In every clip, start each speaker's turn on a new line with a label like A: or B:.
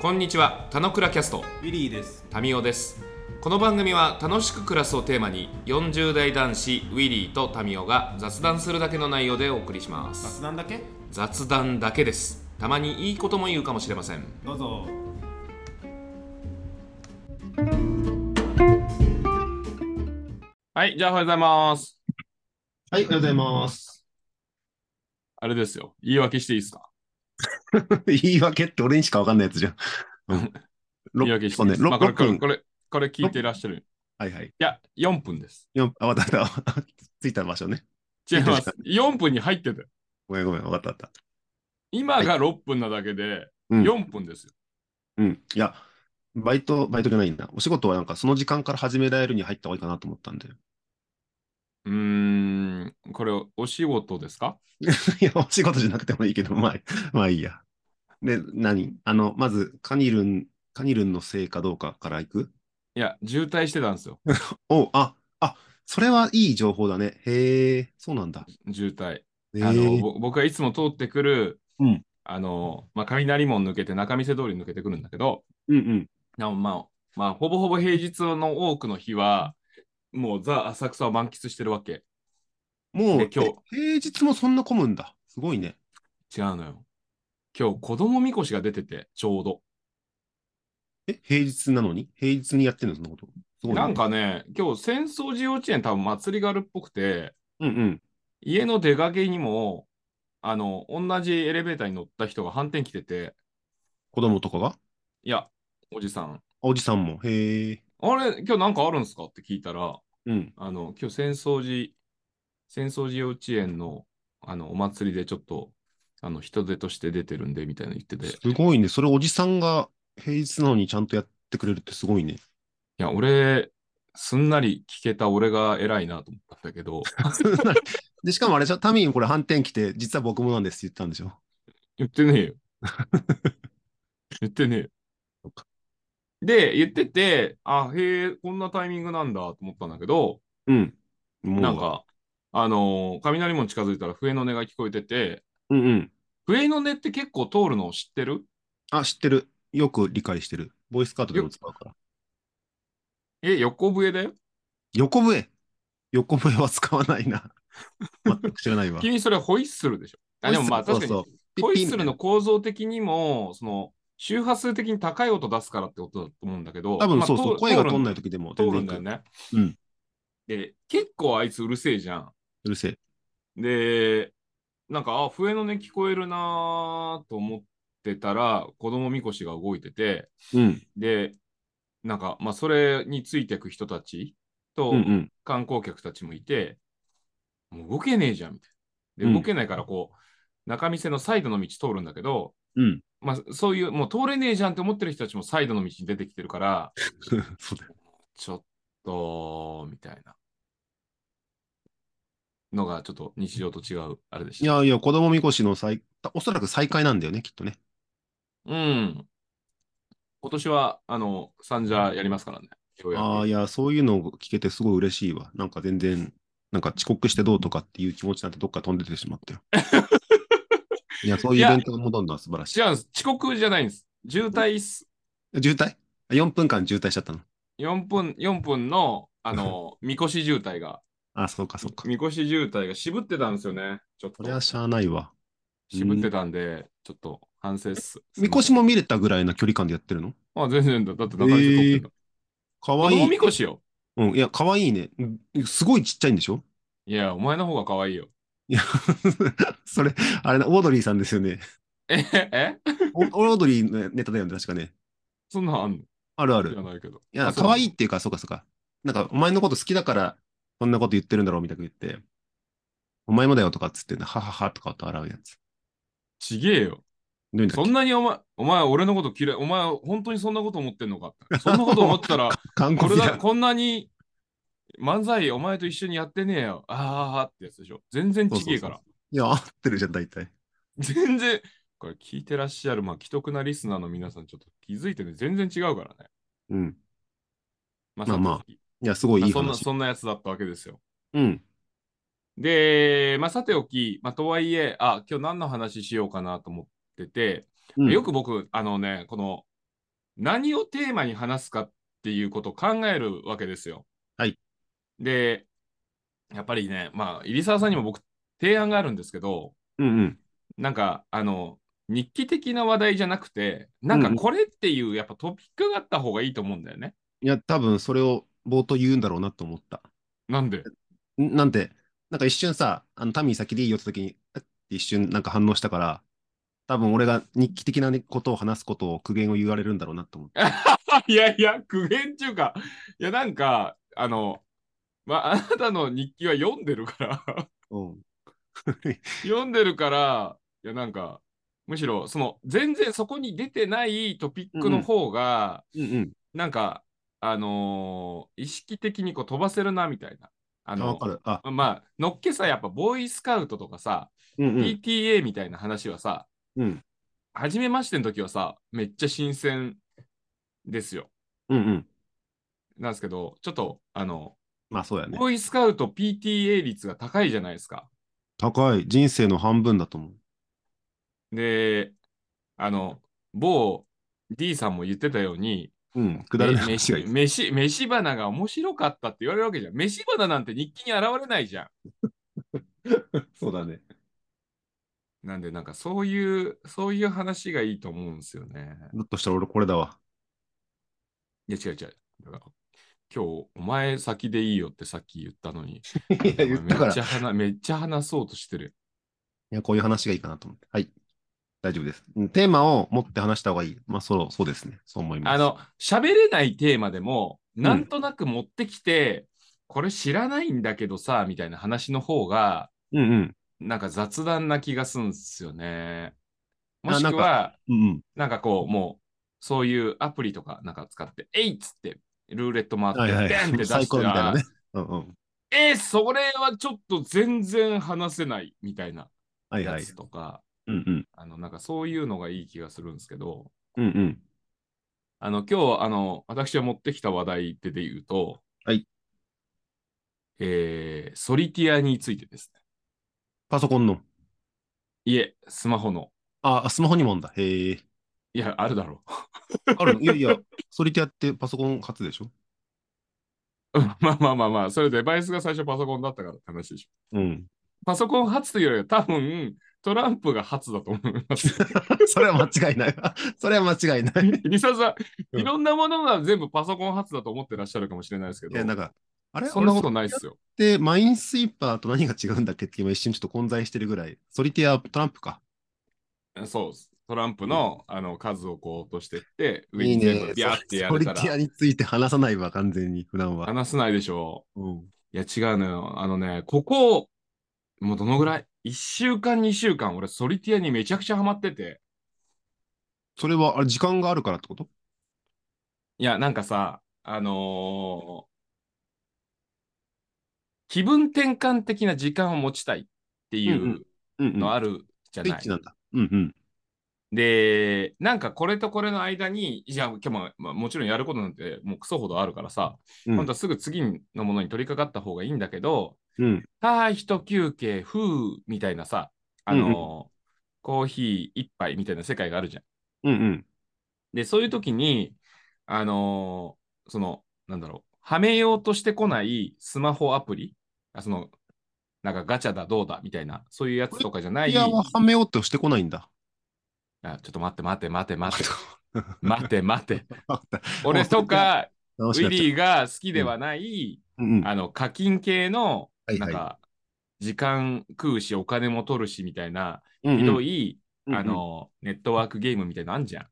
A: こんにちは、たのくらキャスト、
B: ウィリーです。
A: タミオです。この番組は楽しく暮らすをテーマに、40代男子ウィリーとタミオが雑談するだけの内容でお送りします。
B: 雑談だけ
A: 雑談だけです。たまにいいことも言うかもしれません。
B: どうぞ。
A: はい、じゃあおはようございます。
C: はい、おはようございます。
A: あれですよ、言い訳していいですか
C: 言い訳って俺にしかわかんないやつじゃ ん。
A: 言い
C: うんろ
A: 訳して
C: そ
A: いういで
C: ね、
A: すか、まあ、これ
C: 6
A: これ
C: 分
A: こ。れ、これ聞いていらっしゃる。い
C: はいはい。
A: や、4分です。
C: よあ、わかった わかった。ついた場所ね。
A: 違いま
C: いいです
A: す。4分に入ってたよ。
C: ごめんごめん、わかったわかった。
A: 今が6分なだけで、
C: うん
A: 4分ですよ。
C: うん。いや、バイト、バイトじゃないんだ。お仕事はなんかその時間から始められるに入った方がいいかなと思ったんで。
A: うーん、これ、お仕事ですか
C: いや、お仕事じゃなくてもいいけど、まあ、まあいいや。で、何あの、まず、カニルン、カニルンのせいかどうかからいく
A: いや、渋滞してたんですよ。
C: おうあ、あ、それはいい情報だね。へえ、そうなんだ。
A: 渋滞。
C: え
A: あの
C: ー、
A: ぼ僕がいつも通ってくる、
C: うん
A: あの、まあ、雷門抜けて中見世通り抜けてくるんだけど、
C: うんうん。
A: でもまあ、まあ、ほぼほぼ平日の多くの日は、もうザ・浅草を満喫してるわけ。
C: もう、
A: で今日
C: え平日もそんな混むんだ。すごいね。
A: 違うのよ。今日、子供みこしが出てて、ちょうど。
C: え、平日なのに平日にやってるのそんなこと。すごいね
A: なん、かね、今日、浅草寺幼稚園、多分祭りがあるっぽくて、
C: うんうん。
A: 家の出かけにも、あの、同じエレベーターに乗った人が反転来てて、
C: 子供とかがあ
A: いや、おじさん、
C: おじさんも。へえ。
A: あれ、今日なんかあるんですかって聞いたら、
C: うん。
A: あの、今日浅草寺、浅草寺幼稚園の、あの、お祭りでちょっと、あの、人手として出てるんで、みたいなの言ってて、い
C: すごいね。それおじさんが平日なのにちゃんとやってくれるってすごいね。
A: や、俺、すんなり聞けた俺が偉いなと思ったんだけ ど、
C: で、しかもあれでしょタミーンこれ反転来て、実は僕もなんですって言ったんでしょ
A: 言ってねえよ。言ってねえよ
C: そっか。
A: で、言ってて、あ、へえ、こんなタイミングなんだと思ったんだけど、
C: うん。もう
A: なん。か、あの雷門近づいたら笛の音が聞こえてて、
C: うんうん。
A: 笛の音って結構通るの知ってる
C: あ、知ってる。よく理解してる。ボイスカードでも使うから。
A: え、横笛だよ
C: 横笛。横笛は使わない な。全く知らないわ。
A: 君それホイッスルでしょ あでもまあ確かに
C: そうそう
A: ホイッスルの構造的にもその周波数的に高い音出すからってことだと思うんだけど
C: 多分そうそう、声が通んないい時でも
A: 通る
C: 全然
A: ん
C: いく
A: だよね、
C: うん
A: で結構あいつうるせえじゃん
C: うるせえ。
A: でなんかあ笛の音聞こえるなーと思ってたら子供みこしが動いてて
C: うん。
A: でなんかまあそれについてく人たちと、
C: うんうん。
A: 観光客たちもいて、もう動けねえじゃんみたいな。
C: う
A: で、
C: ん
A: 動けないから、こう、中見世のサイドの道通るんだけど、
C: うん。
A: まあ、そういう、もう通れねえじゃんって思ってる人たちもサイドの道に出てきてるから、
C: そうだよ。
A: ちょっと、みたいな。のが、ちょっと日常と違う、あれでし
C: い
A: た。
C: やいや、子供みこしの再、おそらく再開なんだよね、きっとね。
A: うん。今年は、あの、三者やりますからね。ようやく
C: ああ、いや、そういうのを聞けてすごい嬉しいわ。なんか全然、なんか遅刻してどうとかっていう気持ちなんてどっか飛んでてし まったよ。いや、そういうイベントが戻るのは素晴らしい。
A: 違うんです。遅刻じゃないんです。渋滞っす。
C: 渋滞 ?4 分間渋滞しちゃったの。
A: 4分、4分の、あ の、みこし渋滞が、
C: あ、そうか、そうか。
A: みこし渋滞が渋ってたんですよね。ちょっ
C: それは
A: と。
C: しゃあないわ。
A: 渋ってたんで、ちょっと反省っす。
C: みこし
A: も。
C: も見れたぐらいの距離感でやってるの
A: あ、全然だ。だって中身撮ってた。
C: か
A: こ
C: わい
A: の
C: い
A: み。こしよ。
C: うん、いや、かわいいね。うんすごいちっちゃいんでしょ
A: いや、お前の方が可愛いよ。
C: それ、あれだ、オードリーさんですよね。
A: ええ
C: オオードリーのネタだよね、確かね。
A: そんなんあんの
C: あるある
A: じゃ。ないけど。
C: いや、
A: あそう
C: 可愛いっていうか、そうかそうか。なんか、お前のこと好きだから、そんなこと言ってるんだろうみたいなこと言って、お前もだよとかっつって、はははとかと笑うやつ。
A: ちげえよ。
C: どういうんだっ
A: そ
C: け
A: んなにお前、お前俺のこと嫌い。お前、本当にそんなこと思ってんのか。 そんなこと思ってた ら、
C: 韓
A: これ
C: 国
A: だ、
C: だ。
A: こんなに漫才お前と一緒にやってねえよ。ああってやつでしょ。全然ちげえから。
C: いや、合ってるじゃん、大体。
A: 全然、これ聞いてらっしゃる、まあ、既得なリスナーの皆さん、ちょっと気づいてね、全然違うからね。
C: うん。
A: ま
C: まあまあ
A: さて
C: いや、すごいいい
A: そんな、
C: 話。
A: そんなやつだったわけですよ。
C: うん。
A: で、まあ、さておき、まあ、とはいえ、あ、今日何の話しようかなと思ってて、
C: うん
A: よく僕、あのね、この何をテーマに話すかっていうことを考えるわけですよ。
C: はい。
A: で、やっぱりね、まあ、入澤さんにも僕、提案があるんですけど、
C: うんうん。
A: なんか、あの、日記的な話題じゃなくて、なんか
C: うんうん
A: これっていう、やっぱトピックがあった方がいいと思うんだよね。
C: いや、多分それを冒頭言うんだろうなと思った。
A: なん で
C: んなんて、なんか一瞬さ、あの、タミー先でいいよって時に、えって一瞬なんか反応したから、多分俺が日記的なねことを話すことを苦言を言われるんだろうなと思って。
A: いやいや、苦言っていうか、いや、なんか、あの、まあ、あなたの日記は読んでるから、
C: うん。
A: 読んでるから、いや、なんか、むしろ、その、全然そこに出てないトピックの方が、
C: うんうん。
A: なんか、あのー意識的にこう飛ばせるな、みたいな。あ
C: あ
A: の
C: わかる。あ、
A: まあ、のっけさ、やっぱ、ボーイスカウトとかさ、
C: うんうん。
A: PTA みたいな話はさ、
C: うん
A: 初めましての時はさ、めっちゃ新鮮ですよ。
C: うんうん。
A: なんですけど、ちょっと、あの、
C: まあそうやね。
A: ボーイスカウト PTA 率が高いじゃないですか。
C: 高い。人生の半分だと思う。
A: で、あの、某 D さんも言ってたように、
C: うん。くだらない
A: め飯
C: 話がいい。
A: 飯飯花が面白かったって言われるわけじゃん。飯花なんて日記に現れないじゃ
C: そうだね。
A: ん。なんで、なんかそういう、そういう話がいいと思うんですよね。
C: だとしたら俺これ だわ。
A: いや、違う違う。だから今日、お前先でいいよってさっき言ったのに、
C: いや、言ったか
A: めっ
C: ら。
A: ち
C: い
A: ゃ話めっちゃ話そうとしてる。
C: や、こういう話がいいかなと思って。はい。大丈夫です。うんテーマを持って話した方がいい。まあ、そう、そうですね。そう思います。
A: あの、喋れないテーマでも、
C: ん
A: なんとなく持ってきて、これ知らないんだけどさ、みたいな話の方が、
C: うんうん。
A: なんか雑談な気がするんですよね。
C: あ
A: もしくは、
C: うんうん。
A: なんかこう、もう、そういうアプリとかなんか使って、えいっつって、ルーレット回って、
C: はいは
A: ベンって
C: い。
A: 出
C: サイ
A: し
C: コ
A: て、
C: ロみたいな
A: あ
C: ね。うんうん。
A: えーそれはちょっと全然話せないみたいな
C: はいは
A: や
C: い
A: つ。とか、
C: うんうん。
A: あの、なんかそういうのがいい気がするんですけど、
C: うんうん。
A: あの、今日、あの、私が持ってきた話題で言うと、
C: はい。
A: えーソリティアについてですね。
C: パソコンの。
A: いえ、スマホの。
C: あ、あスマホにもあんだ。へえ。
A: いや、あるだろう。
C: あるのいやい や、ソリティアってパソコン初でしょ
A: うん まあまあまあまあ、それデバイスが最初パソコンだったからって話でしょ。
C: うん。
A: パソコン初というよりは多分トランプが初だと思います。
C: それは間違い ない。それは間違いない。
A: リサさん、
C: うん
A: いろんなものが全部パソコン初だと思ってらっしゃるかもしれないですけ
C: いや、
A: ど、
C: なんか、あれ
A: そんなことない
C: っ
A: っすよ。
C: て、マインスイーパーと何が違うんだっけって今一瞬ちょっと混在してるぐらい。ソリティア、トランプか。
A: そうっす。トランプの,、あの数をこう落としてって、上
C: いい
A: に全
C: ね
A: 部。ビャーってや
C: ソ
A: れ
C: リ
A: た
C: ティア
A: ら
C: について話さないわ、完全に、普段は。
A: 話せないでしょ
C: うん。
A: う。いや、違うのよ。あのね、ここ、もうどのぐらい ?1 週間、2週間、俺、ソリティアにめちゃくちゃハマってて。
C: それは、あれ、時間があるからってこと
A: いや、なんかさ、あのー気分転換的な時間を持ちたいっていう
C: うんうん。
A: のあるじゃ
C: スイ
A: な
C: ッ
A: い。
C: チなんだ。うんうん。
A: で、なんかこれとこれの間に、じゃあ今日も、まあ、もちろんやることなんてもうクソほどあるからさ、
C: うん
A: 本当はすぐ次のものに取り掛かった方がいいんだけど、
C: うん。
A: はい、一休憩、ふう、みたいなさ、あのーコーヒー一杯みたいな世界があるじゃん。
C: うんうん。
A: で、そういう時に、あのーその、なんだろう、はめようとしてこないスマホアプリ、あその、なんかガチャだどうだみたいな、そういうやつとかじゃない、
C: いや、はめようとしてこないんだ。
A: あちょっと待って待って待って待って、待って待って、
C: 楽
A: 俺とかウ
C: し
A: ィ
C: くなっちゃ
A: リーが好きではない、
C: う。うんうん。は
A: あの、課金系の、
C: い
A: なん
C: は
A: か、時間食うし、お金も取るしみたいな、
C: い。うんうん
A: ひどい、
C: うんうん
A: あの、ネットワークゲームみたいなのあんじゃん。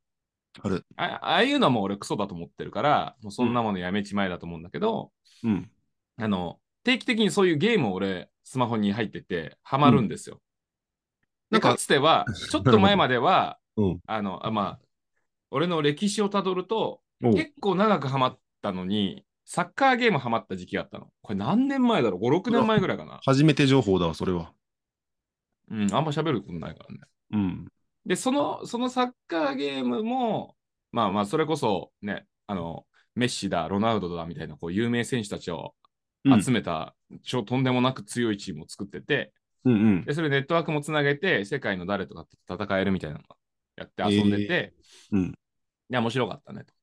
C: ある。
A: あああいうのはもう俺クソだと思ってるから、もうそんなものやめちまえだと思うんだけど、
C: うん。
A: あの、定期的にそういうゲームを俺、スマホに入ってて、ハマるんですよ。
C: うん
A: で
C: なんか
A: かつて は、ちょっと前までは、
C: うん
A: あの、あまあ、俺の歴史をたどると、
C: おう
A: 結構長くハマったのに、サッカーゲームハマった時期があったの。これ何年前だろう ?5、6年前ぐらいかな。
C: 初めて情報だわ、それは。
A: うん、あんま喋ることないからね。
C: うん。
A: で、その、そのサッカーゲームも、まあまあ、それこそね、あの、メッシだ、ロナウドだみたいな、こう、有名選手たちを
C: うん
A: 集めた、ちょとんでもなく強いチームを作ってて、
C: うんうん。
A: で、それネットワークもつなげて、世界の誰とかと戦えるみたいなのをやって遊んでて、
C: えーうん
A: いや、面白かったねと。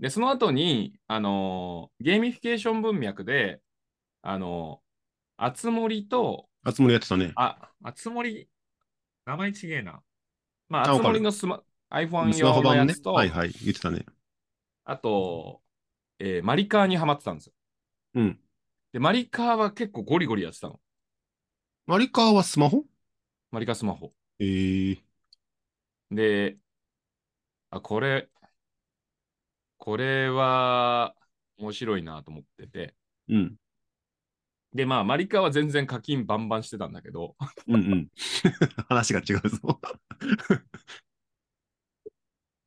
A: で、その後に、あのーゲーミフィケーション文脈で、あのー、あつ森と、
C: あつ森やってたね。
A: あ、あつ森、名前ちげえな。まあ、
C: あ
A: あ
C: わ
A: つ
C: かる
A: 森のスマ iPhone
C: スマ
A: 用
C: ホ
A: の
C: 版
A: や
C: ね
A: つ。と、
C: はいはい。言ってたね。
A: あと、えーマリカーにハマってたんですよ。
C: うん。
A: で、マリカーは結構ゴリゴリやってたの。
C: マリカーはスマホ
A: マリカースマホ。
C: ええ
A: で、あ、これ、これは面白いなと思ってて。
C: うん。
A: で、まあ、マリカは全然課金バンバンしてたんだけ ど、
C: うん うん。話が違うぞ。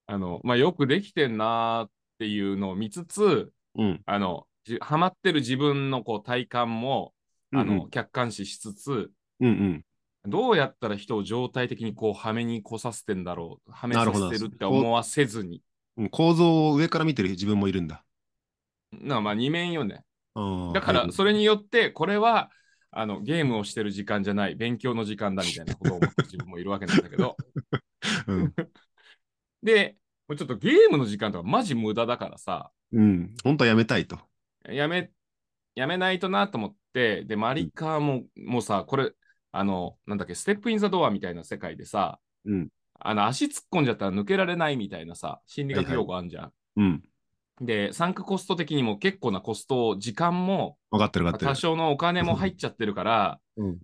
A: あの、まあ、よくできてんなーっていうのを見つつ、
C: うん。
A: あの、じハマってる自分のこう体感も、あの、
C: うんうん
A: 客観視しつつ、
C: うんうん。
A: どうやったら人を状態的にこう、はめに来させてんだろう、はめ
C: な
A: さ
C: るほど
A: せてるって思わせずに、
C: うん構造を上から見てる自分もいるんだ。
A: なまあ、二面よね。
C: ああ
A: だか
C: は
A: ら、
C: い
A: それによって、これは、あの、ゲームをしてる時間じゃない、勉強の時間だみたいなことを思って自分もいるわけなんだけど、
C: うん、
A: で、もうちょっとゲームの時間とかマジ無駄だからさ、
C: うん。本当はやめたいと。
A: やめ、やめないとなと思って、で、マリカーも、もうさ、これ、あの、なんだっけ、ステップインザドアみたいな世界でさ、
C: うん。
A: あの、足突っ込んじゃったら抜けられないみたいなさ、心理学用語あんじゃん。
C: うん。
A: で、サンクコスト的にも結構なコスト、時間も、
C: 分かってる分かってる
A: 多。少のお金も入っちゃってるから、
C: うん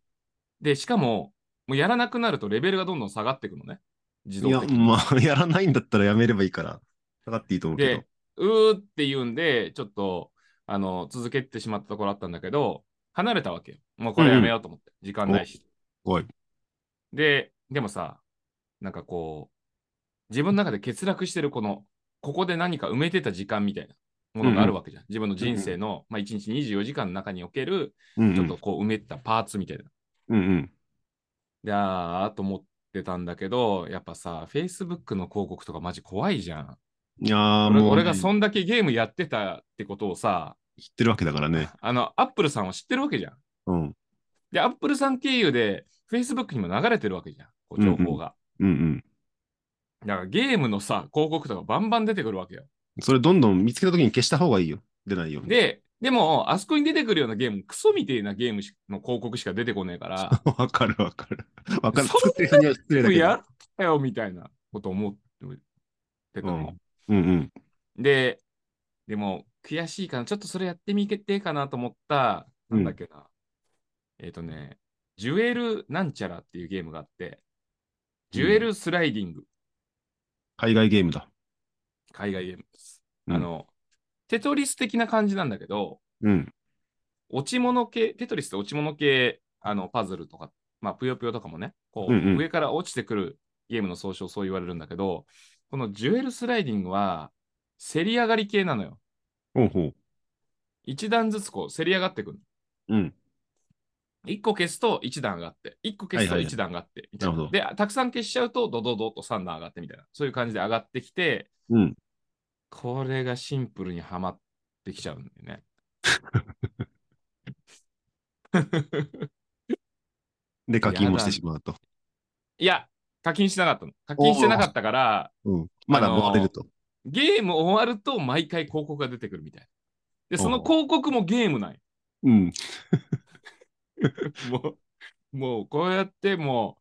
A: で、しかも、もうやらなくなるとレベルがどんどん下がっていくのね。自
C: い
A: 動
C: や、
A: 的に。
C: まあ、 やらないんだったらやめればいいから、下がっていいと思うけど
A: で。、うーって言うんで、ちょっと、あの、続けてしまったところあったんだけど、離れたわけよ。もうこれやめようと思って。時間ないし。
C: おはい。
A: で、でもさ、なんかこう、自分の中で欠落してるこの、ここで何か埋めてた時間みたいなものがあるわけじゃん。自分の人生の、まあ、1日24時間の中における、
C: うん、うん。
A: ちょっとこう埋めてたパーツみたいな。
C: うんうん。
A: で、あーと思ってたんだけど、やっぱさ、Facebook の広告とかマジ怖いじゃん。
C: いやー、
A: 俺
C: もう、
A: 俺がそんだけゲームやってたってことをさ、
C: 知ってるわけだからね。
A: あの、アップルさんは知ってるわけじゃん。
C: うん。
A: で、アップルさん経由で、Facebook にも流れてるわけじゃん、こう情報が。
C: うんうん。
A: だからゲームのさ、広告とかバンバン出てくるわけよ。
C: それどんどん見つけたときに消した方がいいよ。出ないように。
A: で、でも、あそこに出てくるようなゲーム、クソみてえなゲームしの広告しか出てこねえ から、
C: わかるわかる。わかる。
A: そんな
C: 作ってる人には失礼だけ
A: や
C: ど。
A: ったよみたいなこと思ってたの。
C: うんうん。
A: で、でも悔しいかな、ちょっとそれやってみてかなと思った、なんだっけな、えっ、とね、ジュエルなんちゃらっていうゲームがあって、ジュエルスライディング、
C: 海外ゲームだ。
A: 海外ゲームです。
C: うん
A: あの、テトリス的な感じなんだけど、
C: うん。
A: 落ち物系、テトリスって落ち物系、あの、パズルとか、まあ、ぷよぷよとかもね、こう、
C: うんうん
A: 上から落ちてくるゲームの総称、そう言われるんだけど、このジュエルスライディングは、競り上がり系なのよ。
C: ほうほう。
A: 一段ずつこう、競り上がってくる。
C: うん。
A: 1個消すと1段上がって、1個消すと
C: はいはいはい
A: 1段上がって、みたいな
C: なるほ
A: で、たくさん消しちゃうと、ドドドと3段上がってみたいな、そういう感じで上がってきて、
C: うん。
A: これがシンプルにはまってきちゃうんだよね。
C: で、課金もしてしまうと。
A: いや、課金してなかったの。課金してなかったから、
C: うん。まだ回れると。
A: ゲーム終わると毎回広告が出てくるみたいな。で、その
C: おう
A: 広告もゲームない。
C: うん。
A: もう、もうこうやっても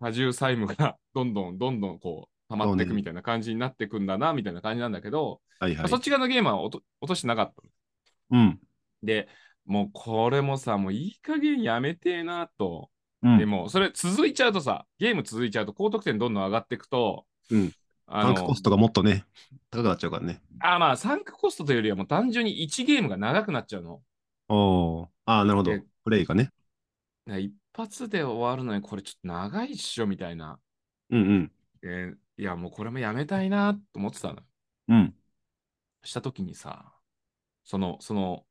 A: う、多重債務がどんどんどんどんこう、溜まっていくみたいな感じになってくんだな、みたいな感じなんだけど、
C: はいは
A: まあ
C: い
A: そ。っち側のゲームは落と落としてなかったの。
C: うん。
A: で、もうこれもさ、もういい加減やめてえなと。
C: う
A: で
C: ん。
A: も、それ続いちゃうとさ、ゲーム続いちゃうと高得点どんどん上がっていくと、
C: うん
A: あ
C: タンク
A: の
C: コストがもっとね、高くなっちゃうからね。
A: あまあ、サンクコストというよりはもう単純に1ゲームが長くなっちゃうの。
C: おーああ、なるほど
A: で。
C: プレイがね。
A: だから一発で終わるのにこれちょっと長いっしょみたいな。
C: うん
A: えーいや、もうこれもやめたいなと思ってたの。
C: うん。うん。
A: したときにさ、その、その、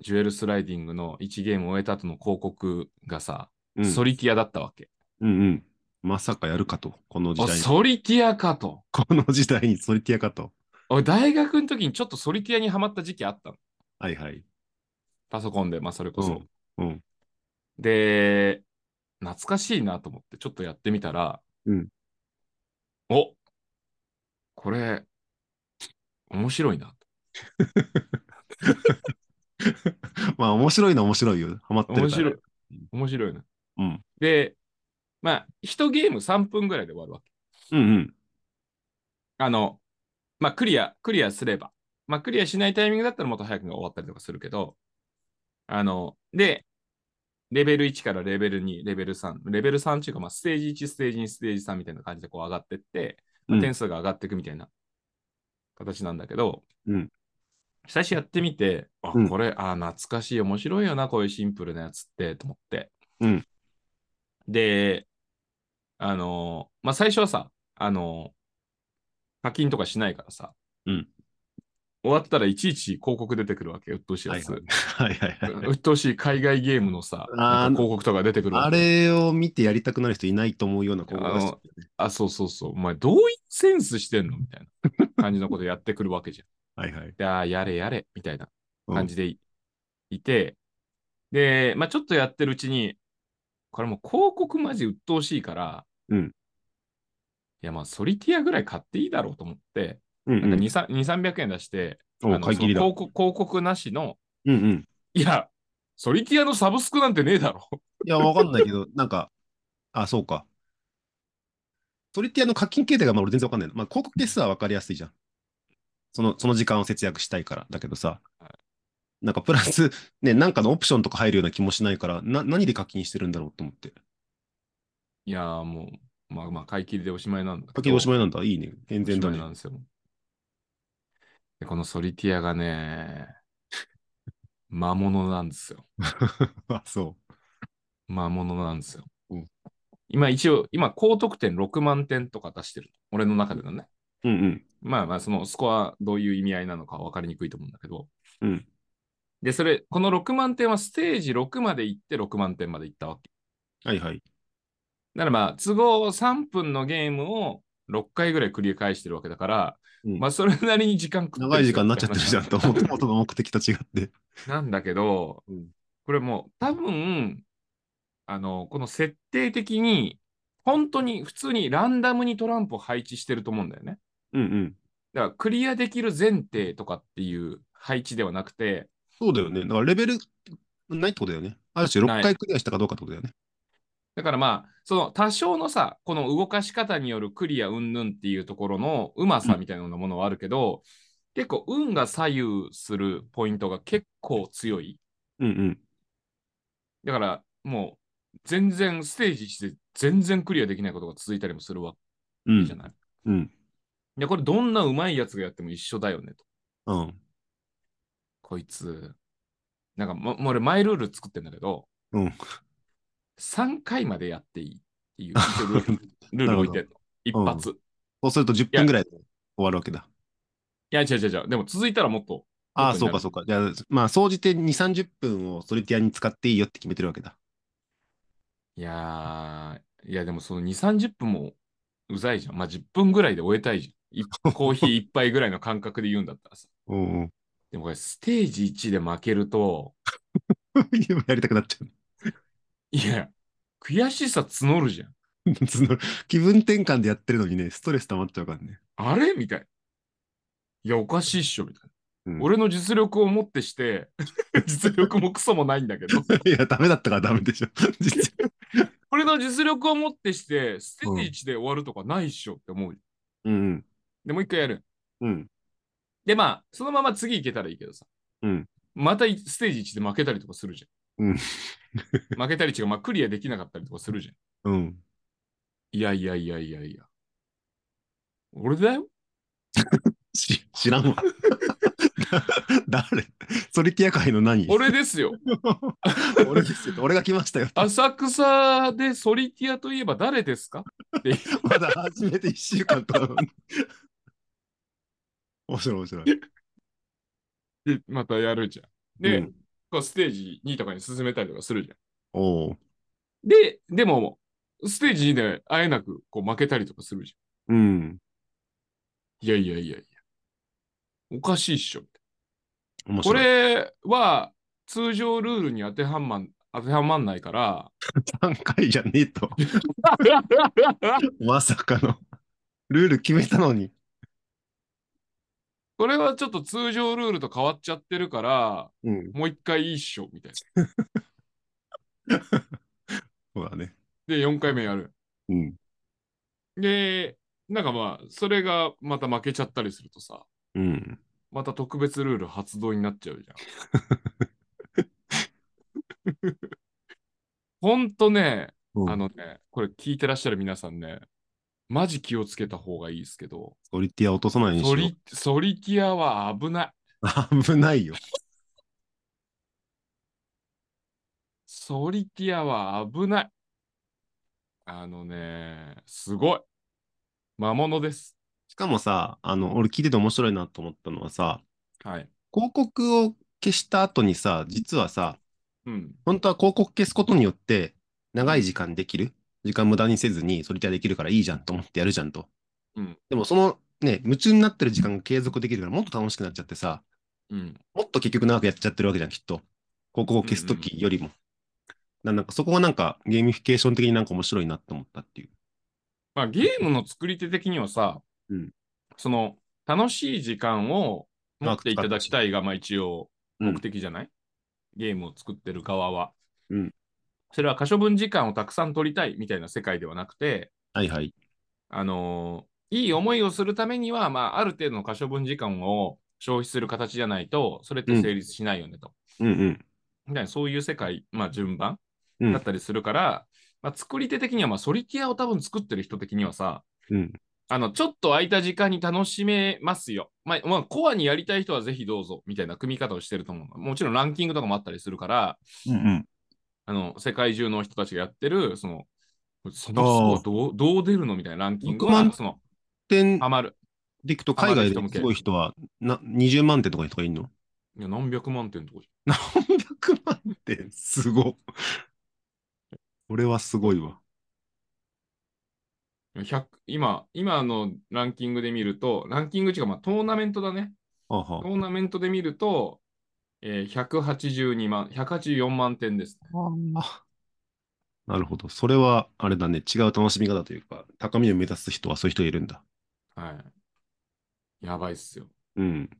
A: ジュエルスライディングの1ゲームを終えた後の広告がさ、
C: うん、
A: ソリティアだったわけ。
C: うんうん。まさかやるかと。この時
A: あ
C: 代に。
A: ソリティアかと。
C: この時代にソリティアかと。
A: 俺、大学の時にちょっとソリティアにハマった時期あったの。
C: はいはい。
A: パソコンで、まあ、それこそ。
C: うん。
A: で、懐かしいなと思って、ちょっとやってみたら、
C: うん
A: おこれ、面白いな。
C: まあ面白いのは面白いよ。ハマってるから。
A: 面白い。面白いな。
C: うん。
A: で、まあ、1ゲーム3分ぐらいで終わるわけ。
C: うんうん。
A: あの、まあ、クリア、クリアすれば。まあ、クリアしないタイミングだったらもっと早く終わったりとかするけど、あの、で、レベル1からレベル2、レベル3、レベル3っていうか、まあ、ステージ1、ステージ2、ステージ3みたいな感じでこう上がってって、まあ
C: うん
A: 点数が上がっていくみたいな形なんだけど、
C: うん
A: 久しぶりにやってみて、あ、
C: うん
A: これ、あ、懐かしい、面白いよな、こういうシンプルなやつって、と思って。
C: うん
A: で、あのまあ、最初はさ、あの課金とかしないからさ、
C: うん
A: 終わったらいちいち広告出てくるわけ、鬱陶しいやつ。
C: はいはい はい。
A: 鬱陶しい海外ゲームのさ、
C: あー
A: なんか広告とか出てくるわ
C: あ
A: け。
C: れを見てやりたくなる人いないと思うような広告出してるよね
A: あ、そうそうそう。お前、どういうセンスしてんのみたい な感じのことやってくるわけじゃん。
C: はいはい。
A: で、あーやれやれ、みたいな
C: うん
A: 感じでい,、て、で、まあ、ちょっとやってるうちに、これもう広告マジ鬱陶しいから、
C: うん
A: いや、まあ、ソリティアぐらい買っていいだろうと思って、
C: うん
A: なんか2、3 300円出して、
C: うん。
A: あ
C: お
A: の
C: 買い切りだ。
A: その広告広告なしの、
C: うんうん。
A: いや、ソリティアのサブスクなんてねえだろ。
C: いや、わかんないけど、 なんか、あ、そうか。それってあの課金形態がまあ俺全然わかんないの。まあ広告決数はわかりやすいじゃん。その、その時間を節約したいから。だけどさ
A: は、
C: なんかプラス、 ね、なんかのオプションとか入るような気もしないから、な、何で課金してるんだろうと思って。
A: いやー、もう、まあまあ、買い切りでおしまいなんだけど。
C: 課金おしまいなんだ。いいね。健全だ
A: おしまいな
C: ね。
A: んですよ。で、このソリティアがね、魔物なんですよ。
C: あ、そ
A: 魔物なんですよ。
C: うん
A: 今一応、今高得点6万点とか出してる。俺の中でのね。
C: う。うんうん。
A: まあまあ、そのスコアどういう意味合いなのか分かりにくいと思うんだけど。
C: うん
A: で、それ、この6万点はステージ6まで行って6万点まで行ったわけ。
C: はいはい。
A: ならまあ、都合3分のゲームを6回ぐらい繰り返してるわけだから、
C: うん
A: まあ、それなりに時間食ってる
C: 長い時間になっちゃってるじゃんと、
A: 話
C: もともとの目的と違って。
A: なんだけど、
C: うん
A: これもう多分、あの、この設定的に、本当に普通にランダムにトランプを配置してると思うんだよね。
C: うんうん。
A: だからクリアできる前提とかっていう配置ではなくて、
C: そうだよね。だからレベルないってことだよね。ある種
A: な
C: 6
A: い
C: 回クリアしたかどうかってことだよね。
A: だからまあ、その多少のさ、この動かし方によるクリア云々っていうところのうまさみたいなものはあるけど、結構運が左右するポイントが結構強い。
C: うんうん。
A: だからもう全然ステージ1で全然クリアできないことが続いたりもするわ
C: う
A: けじゃ
C: ん。
A: ない。
C: うん。
A: いや、これどんなうまいやつがやっても一緒だよねと。
C: うん。
A: こいつ。なんかも、もう俺マイルール作ってんだけど、
C: うん
A: 3回までやっていいって いう一応ルールルール置いてんの。一
C: ほど
A: 発。い
C: そうすると10分ぐらいで終わるわけだ。
A: や、違う違う違う。でも続いたらもっと。
C: あ
A: も
C: あ、
A: っと
C: そ
A: にな
C: うか
A: る
C: そうか。じゃあ、まあ、総じて2、30分をソリティアに使っていいよって決めてるわけだ。
A: いやー、いやでもその2、30分もうざいじゃん。まあ、10分ぐらいで終えたいじ ゃん。いコーヒー一杯ぐらいの感覚で言うんだったらさ。
C: うん うん。
A: でもこれステージ1で負けると、
C: やりたくなっちゃう。
A: いや、悔しさ募るじゃん。
C: その気分転換でやってるのにね、ストレス溜まっちゃうからね。
A: あれみたいな。いや、おかしいっしょ、みたいな。
C: うん
A: 俺の実力をもってして、 実力もクソもないんだけど、
C: いや、ダメだったからダメでしょ。 実際
A: 俺の実力をもってして、ステージ1で終わるとかないっしょって思う。
C: うん
A: で、もう一回やる。
C: うん。うん。
A: で、まあ、そのまま次行けたらいいけどさ。
C: うん
A: またいステージ1で負けたりとかするじゃん。
C: うん
A: 負けたり違う、まあ、クリアできなかったりとかするじゃん。
C: うん。
A: いやいやいやいやいや。俺だよ
C: し知らんわ。 だ誰ソリティア界の何
A: 俺です よ。
C: 俺ですよ。 俺が来ましたよ。
A: 浅草でソリティアといえば誰ですかって
C: まだ始めて1週間とか なのに。面白い面白い。
A: で、またやるじゃん。で、
C: うん
A: こうステージ2とかに進めたりとかするじゃ
C: おう。
A: ん。で、でも、ステージ2であえなくこう負けたりとかするじ
C: うん。
A: ゃん。いやいやいやいや。おかしいっしょ。
C: 面
A: こ
C: 白い。
A: れは通常ルールに当てはまん当てはまんない から、
C: 3回じゃねえと。まさかの。ルール決めたのに。
A: これはちょっと通常ルールと変わっちゃってるから、
C: うん。
A: もう一回いいっしょ、みたい
C: そうだね。
A: な。で、4回目やる。
C: うん。
A: で、なんかまあ、それがまた負けちゃったりするとさ、
C: うん。
A: また特別ルール発動になっちゃうじゃん。 ほんとね、あのね、これ聞いてらっしゃる皆さんね、マジ気をつけた方がいいですけど、
C: ソリティア落とさないようにし
A: ソ
C: よ
A: リソ
C: う
A: リティアは危ない。
C: 危ないよ。
A: ソリティアは危ない。あのね、すごい。魔物です。
C: しかもさ、あの、俺聞いてて面白いなと思ったのはさ、
A: はい。
C: 広告を消した後にさ、実はさ、
A: うん。
C: 本当は広告消すことによって、長い時間できる、時間無駄にせずに、ソリティアできるからいいじゃんと思ってやるじゃんと。
A: うん
C: でも、そのね、夢中になってる時間が継続できるから、もっと楽しくなっちゃってさ、
A: うん。
C: もっと結局長くやっちゃってるわけじゃん、きっと。広告を消すときよりも。ななんかそこはなんかゲーミフィケーション的になんか面白いなって思ったっていう。
A: まあ、ゲームの作り手的にはさ、
C: うん
A: その楽しい時間を持っていただきたいが、まあ、一応
C: うん
A: 目的じゃない、ゲームを作ってる側は。
C: うん
A: それは可処分時間をたくさん取りたいみたいな世界ではなくて、
C: はいはい。
A: あのーいい思いをするためには、まあ、ある程度の可処分時間を消費する形じゃないと、それって成立しないよねと。
C: うんうん。
A: みたいなそういう世界、まあ、順番
C: うん
A: だったりするから、まあ、作り手的には、まあ、ソリティアを多分作ってる人的にはさ、
C: うん。
A: あの、ちょっと空いた時間に楽しめますよ。まあ、まあ、コアにやりたい人はぜひどうぞ、みたいな組み方をしてると思う。もちろんランキングとかもあったりするから、
C: うんうん。
A: あの、世界中の人たちがやってる、その、そのスコアどうどう出るのみたいなランキング
C: 6
A: は、
C: 万
A: その、
C: 点
A: ハマる。
C: でいくと海外ですごい人はな20万点とかの人がいるの
A: いや、何百万点とかじ
C: ?300 万点すご。これはすごいわ。
A: ゃんいや100今、今のランキングで見ると、ランキング違う、まあ、トーナメントだね。
C: あ
A: ト
C: は
A: ーナメントで見ると、えー、182万、184万点ですね。
C: あなるほど。それはあれだね。違う楽しみ方というか、高みを目指す人はそういう人がいるんだ。
A: はい。やばいっすよ。
C: うん。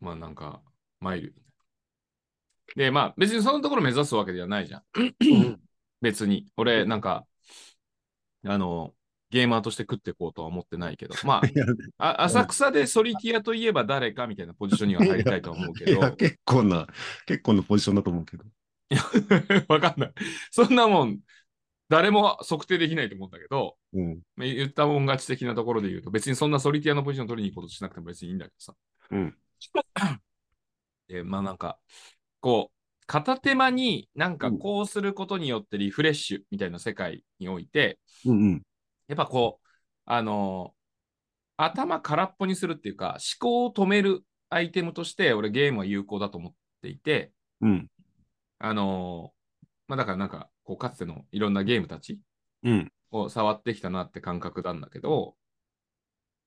A: まあなんか、マイル。で、まあ別にそのところ目指すわけではないじゃん。 別に。俺、なんか、あの、ゲーマーとして食っていこうとは思ってないけど、ま
C: いや
A: あ、あ浅草でソリティアといえば誰かみたいなポジションには入りたいとは思うけ
C: い
A: ど、
C: や、結構な、結構なポジションだと思うけど。
A: わかんない。そんなもん、誰も測定できないと思うんだけど、
C: うん。
A: まあ言ったもん勝ち的なところで言うと、別にそんなソリティアのポジション取りに行こうとしなくても別にいいんだけどさ。
C: うん。
A: で、まあなんか、こう、片手間になんかこうすることによってリフレッシュみたいな世界において、
C: うんうん。
A: やっぱこう、あのー頭空っぽにするっていうか、思考を止めるアイテムとして、俺ゲームは有効だと思っていて、
C: うん。
A: あのーまあだからなんか、こう、かつてのいろんなゲームたち
C: うん。
A: を触ってきたなって感覚なんだけど、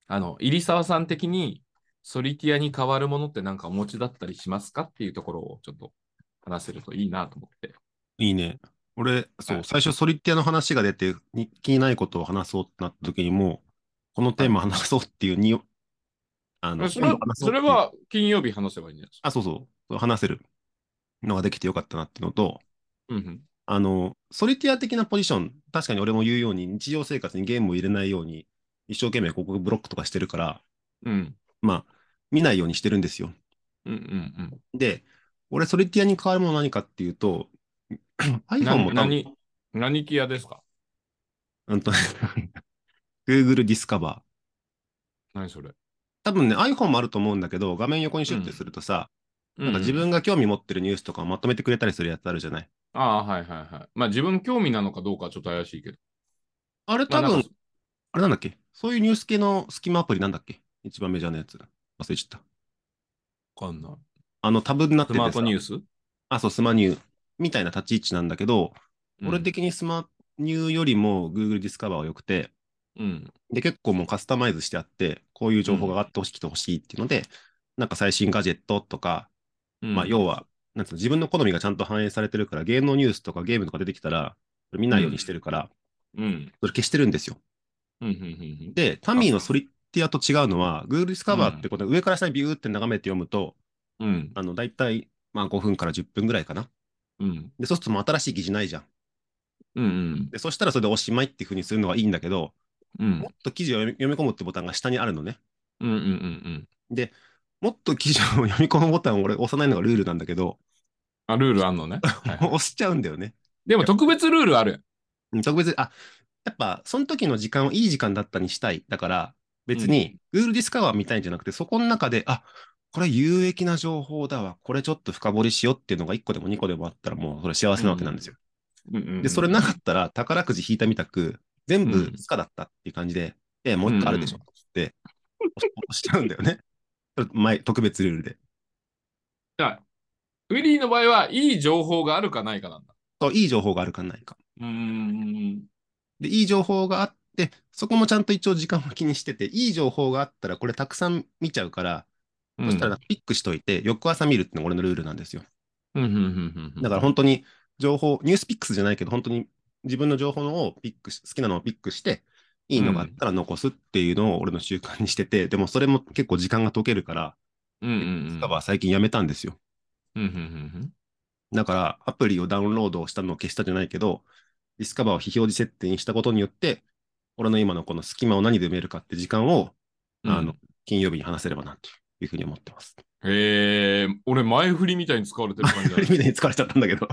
A: あの、入沢さん的に、ソリティアに変わるものってなんかお持ちだったりしますかっていうところをちょっと話せるといいなと思って。
C: いいね。俺、そ
A: は
C: う、
A: い
C: 最初ソリティアの話が出て、に気にないことを話そうってなった時にもう、このテーマ話そうっていうに、あの、
A: それ
C: 今度話
A: そ
C: そうって
A: れ
C: いう、
A: は金曜日話せばいいんじゃないですか。
C: あ、そうそう、話せるのができてよかったなっていうのと、
A: うんうん、
C: あの、ソリティア的なポジション、確かに俺も言うように、日常生活にゲームを入れないように、一生懸命ここブロックとかしてるから、
A: うん、
C: まあ、見ないようにしてるんですよ。
A: うん、うん、
C: で、俺、ソリティアに変わるもの何かっていう と、
A: うん。
C: iPhone
A: 何、
C: も多分
A: 何、何キアですか
C: うんと、Google Discover。
A: 何それ。
C: 多分ね、iPhone もあると思うんだけど、画面横にシュッてするとさ、なんか自
A: うう
C: 分が興味持ってるニュースとかをまとめてくれたりするやつあるじゃない。
A: ああ、はいはいはい。まあ自分興味なのかどうかはちょっと怪しいけど。
C: あれ
A: まあ
C: 多分、
A: な
C: あ、
A: んか
C: れなんだっけそういうニュース系のスキマアプリなんだっけ一番メジャーなやつ。忘れちゃった。
A: わかんない。
C: あのタブになっ
A: ス
C: てて
A: マ
C: さ
A: ートニュース、
C: あ、そう、スマニューみたいな立ち位置なんだけど、俺的にスマニューよりも Google Discover は良くて、
A: うん、うん。
C: で、結構もうカスタマイズしてあって、こういう情報が上がってほしくてほしいっていうので、なんか最新ガジェットとか、
A: うん
C: まあ、要は、なんつうの、自分の好みがちゃんと反映されてるから、芸能ニュースとかゲームとか出てきたら、見ないようにしてるから、
A: うん、
C: それ消してるんですよ。
A: うん、うん、うん。
C: で、タミーのソリティアと違うのは、Google ディスカバーってことは上から下にビューって眺めて読むと、
A: うん。
C: あの、だいたい、まあ5分から10分ぐらいかな。
A: うん。
C: で、そうするともう新しい記事ないじゃん。
A: うん。うん
C: で、そしたらそれでおしまいっていう風にするのはいいんだけど、
A: うん
C: もっ。と記事を読み読み込むってボタンが下にあるのね。
A: うん。うん。うん。
C: もっと記事を 読み込むボタンを俺押さないのがルールなんだけど、
A: あ、ルールあんのね。はいはい
C: 押しちゃうんだよね。
A: でも特別ルールある。
C: うん特別に、あ、やっぱその時の時間をいい時間だったにしたい。だから別に Google ディスカバーみたいんじゃなくて、そこの中で、あ、これ有益な情報だわ。これちょっと深掘りしようっていうのが1個でも2個でもあったらもうそれ幸せなわけなんですよ。
A: うんうんうん
C: で、それなかったら宝くじ引いたみたく、全部スカだったっていう感じで、え、もう1個あるでしょって、押しちゃうんだよね。 それ前、特別ルールで。
A: じゃあウィリーの場合は、いい情報があるかないかなんだ。
C: そう、いい情報があるかないか。
A: うーん。
C: で、いい情報があって、そこもちゃんと一応時間は気にしてて、いい情報があったら、これたくさん見ちゃうから、そしたらピックしといて、翌朝見るってのが俺のルールなんですよ。
A: うん、うん、うん、うん。
C: だから本当に情報、ニュースピックスじゃないけど、本当に自分の情報のをピックし、好きなのをピックして、いいのがあったら残すっていうのを俺の習慣にしてて、でもそれも結構時間が解けるから、
A: うん、うん、うん。
C: スカバー最近やめたんですよ。
A: うん、うん、うん
C: だからアプリをダウンロードしたのを消したじゃないけど、ディスカバーを非表示設定にしたことによって、俺の今のこの隙間を何で埋めるかって時間を、
A: うん。
C: あの、金曜日に話せればなというふうに思ってます。
A: へえ、俺、前振りみたいに使われてる感じだ
C: みたいに疲れちゃったんだけど。い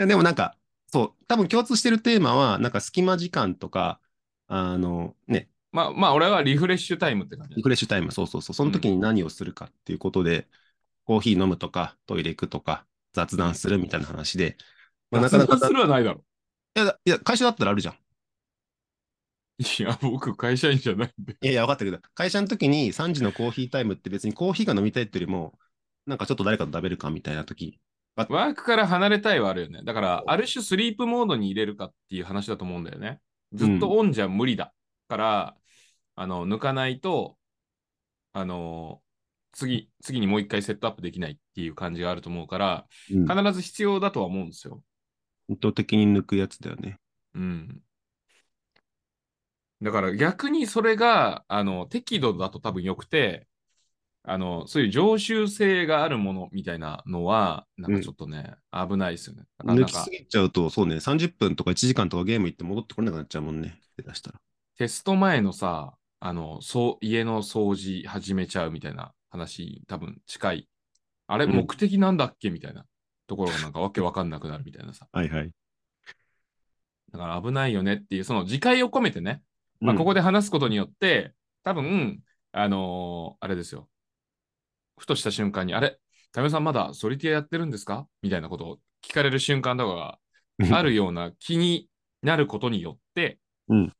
C: やでもなんか、そう、多分共通してるテーマは、なんか隙間時間とか、あのね、
A: まあ、まあ、俺はリフレッシュタイムって感じだ
C: リ。フレッシュタイム、そうそうそう、その時に何をするかっていうことで、コーヒー飲むとか、トイレ行くとか、雑談するみたいな話で、まあ、なかなか
A: そ
C: い
A: れはないだろ。
C: や、だいや、会社だったらあるじゃん。
A: いや、僕、会社員じゃないんで。
C: いやいや、分かったけど、会社の時に3時のコーヒータイムって別にコーヒーが飲みたいってよりも、なんかちょっと誰かと食べるかみたいな時
A: ワークから離れたいはあるよね。だから、ある種スリープモードに入れるかっていう話だと思うんだよね。ずっとオンじゃ無理だから、あの、抜かないと、あの、次、次にもう一回セットアップできないっていう感じがあると思うから、
C: うん
A: 必ず必要だとは思うんですよ。
C: 意図的に抜くやつだよね。
A: うん。だから逆にそれが、あの、適度だと多分良くて、あの、そういう常習性があるものみたいなのは、なんかちょっとね、危ないですよね。なかな
C: 抜
A: か
C: きすぎちゃうと、そうね、30分とか1時間とかゲーム行って戻ってこれなくなっちゃうもんね。下手したら。
A: テスト前のさ、あの、そう、家の掃除始めちゃうみたいな話、多分近い。あれ、
C: うん
A: 目的なんだっけみたいなところがなん かわけわかんなくなるみたいなさ。
C: はいはい。
A: だから危ないよねっていう、その自戒を込めてね、まあ、ここで
C: で。
A: 話すことによって、多分、あのーあれですよ。ふとした瞬間に、あれ、タメさんまだソリティアやってるんですかみたいなことを聞かれる瞬間とかがあ。るような気になることによって、
C: うん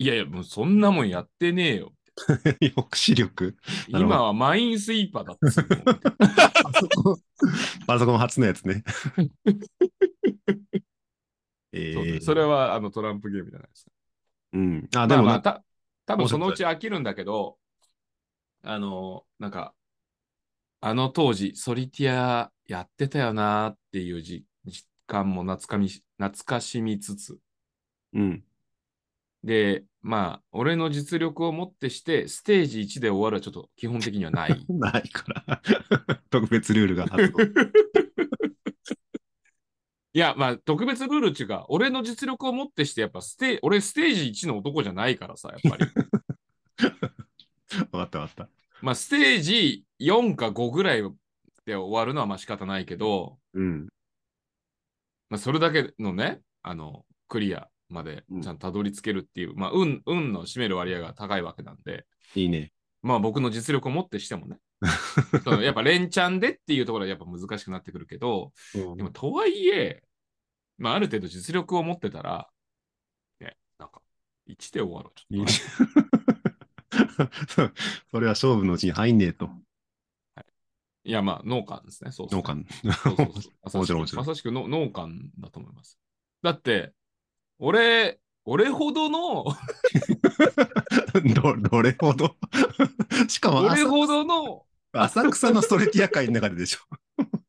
A: いやいや、もうそんなもんやってねえよ。
C: 抑止力。 なるほど
A: 今はマインスイーパーだっつうの
C: パソコン、パソコン初のやつね。 え
A: そう
C: ー
A: それ。はあのトランプゲームじゃないですか。
C: うん。あ、でも
A: まあま
C: な
A: あ、
C: んか、
A: た多分そのうち飽きるんだけど、あの、なんか、あの当時、ソリティアやってたよなーっていうじ実感も懐かみ懐かしみつつ、
C: うん。
A: で、まあ、俺の実力をもってして、ステージ1で終わるはちょっと基本的には ない。
C: ないから。特別ルールが発動。
A: いや、まあ、特別ルールっていうか、俺の実力をもってして、やっぱステ、俺ステージ1の男じゃないからさ、やっぱり。
C: わかったわかった。
A: まあ、ステージ4か5ぐらいで終わるのはまあ仕方ないけど、
C: うん。
A: まあ、それだけのね、あの、クリアまで
C: うん
A: ちゃんとたどり着けるっていう、まあ、運、運の占める割合が高いわけなんで、
C: いいね。
A: まあ、僕の実力をもってして もね、そのやっぱ連チャンでっていうところはやっぱ難しくなってくるけど、でも、とはいえ、まあ、ある程度実力を持ってたら、ね、なんか、1で終わろう。ち
C: い
A: ょ
C: い
A: っ
C: ね
A: と
C: それは勝負のうちに入んねえと。
A: いや、まあ、農家ですね。そうですね
C: 農家の。
A: そうそうそう
C: もちろんもちろん
A: まさしくの農家だと思います。だって、俺、俺ほどの、
C: ど、 どれほ どしかも
A: 俺
C: 浅、
A: ほどの、
C: 浅草のストレティア会の中ででしょ。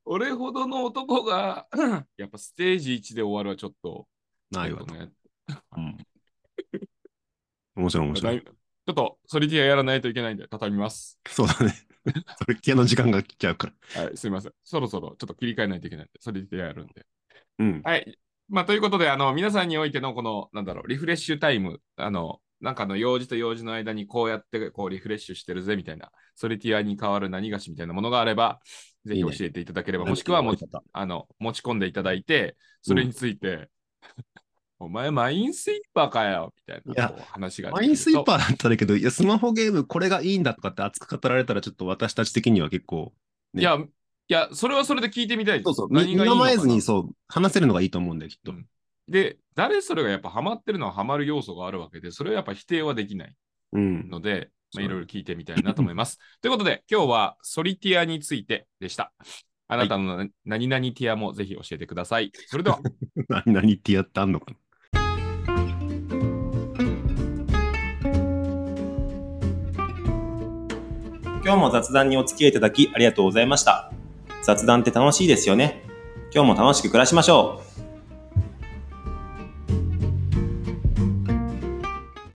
A: 俺ほどの男が、 やっぱステージ1で終わるはちょっと、
C: ないわ
A: ちょっ
C: と。
A: とね
C: うん。面白い面白い。
A: だいちょっとソリティアやらないといけないんで、畳みます。
C: そうだね。 それ、系の時間が来ちゃうから。
A: はい、すいません。そろそろちょっと切り替えないといけないんで、ソリティアやるんで。
C: うん。
A: はい。まあ、ということで、あの、皆さんにおいての、この、なんだろう、リフレッシュタイム、あの、なんかの用事と用事の間に、こうやって、こう、リフレッシュしてるぜ、みたいな、ソリティアに代わる何菓子みたいなものがあれば、ぜひ
C: いい
A: 教
C: ね
A: えていただけれ ば、もしくはもう、あの、持ち込んでいただいて、それについて、お前、マインスイーパーかよ、みたい
C: いや
A: なこう話ができると。
C: マインスイーパーだったらいいけど、いや、スマホゲームこれがいいんだとかって熱く語られたら、ちょっと私たち的には結構、ね
A: いや、いや、それはそれで聞いてみたいです。
C: そうそう、
A: 何がいいの
C: 身
A: かな
C: 構えずにそう、話せるのがいいと思うんだよ、きっと。
A: うんで、誰それがやっぱハマってるのはハマる要素があるわけで、それはやっぱ否定はできない
C: うん。
A: ので、まあ、
C: そうだね
A: いろいろ聞いてみたいなと思います。ということで、今日はソリティアについてでした。あなたのな何々ティアもぜひ教えてください。それでは、
C: 何々ってやってあんのかな。
B: 今日も雑談にお付き合いいただきありがとうございました。雑談って楽しいですよね。今日も楽しく暮らしましょう。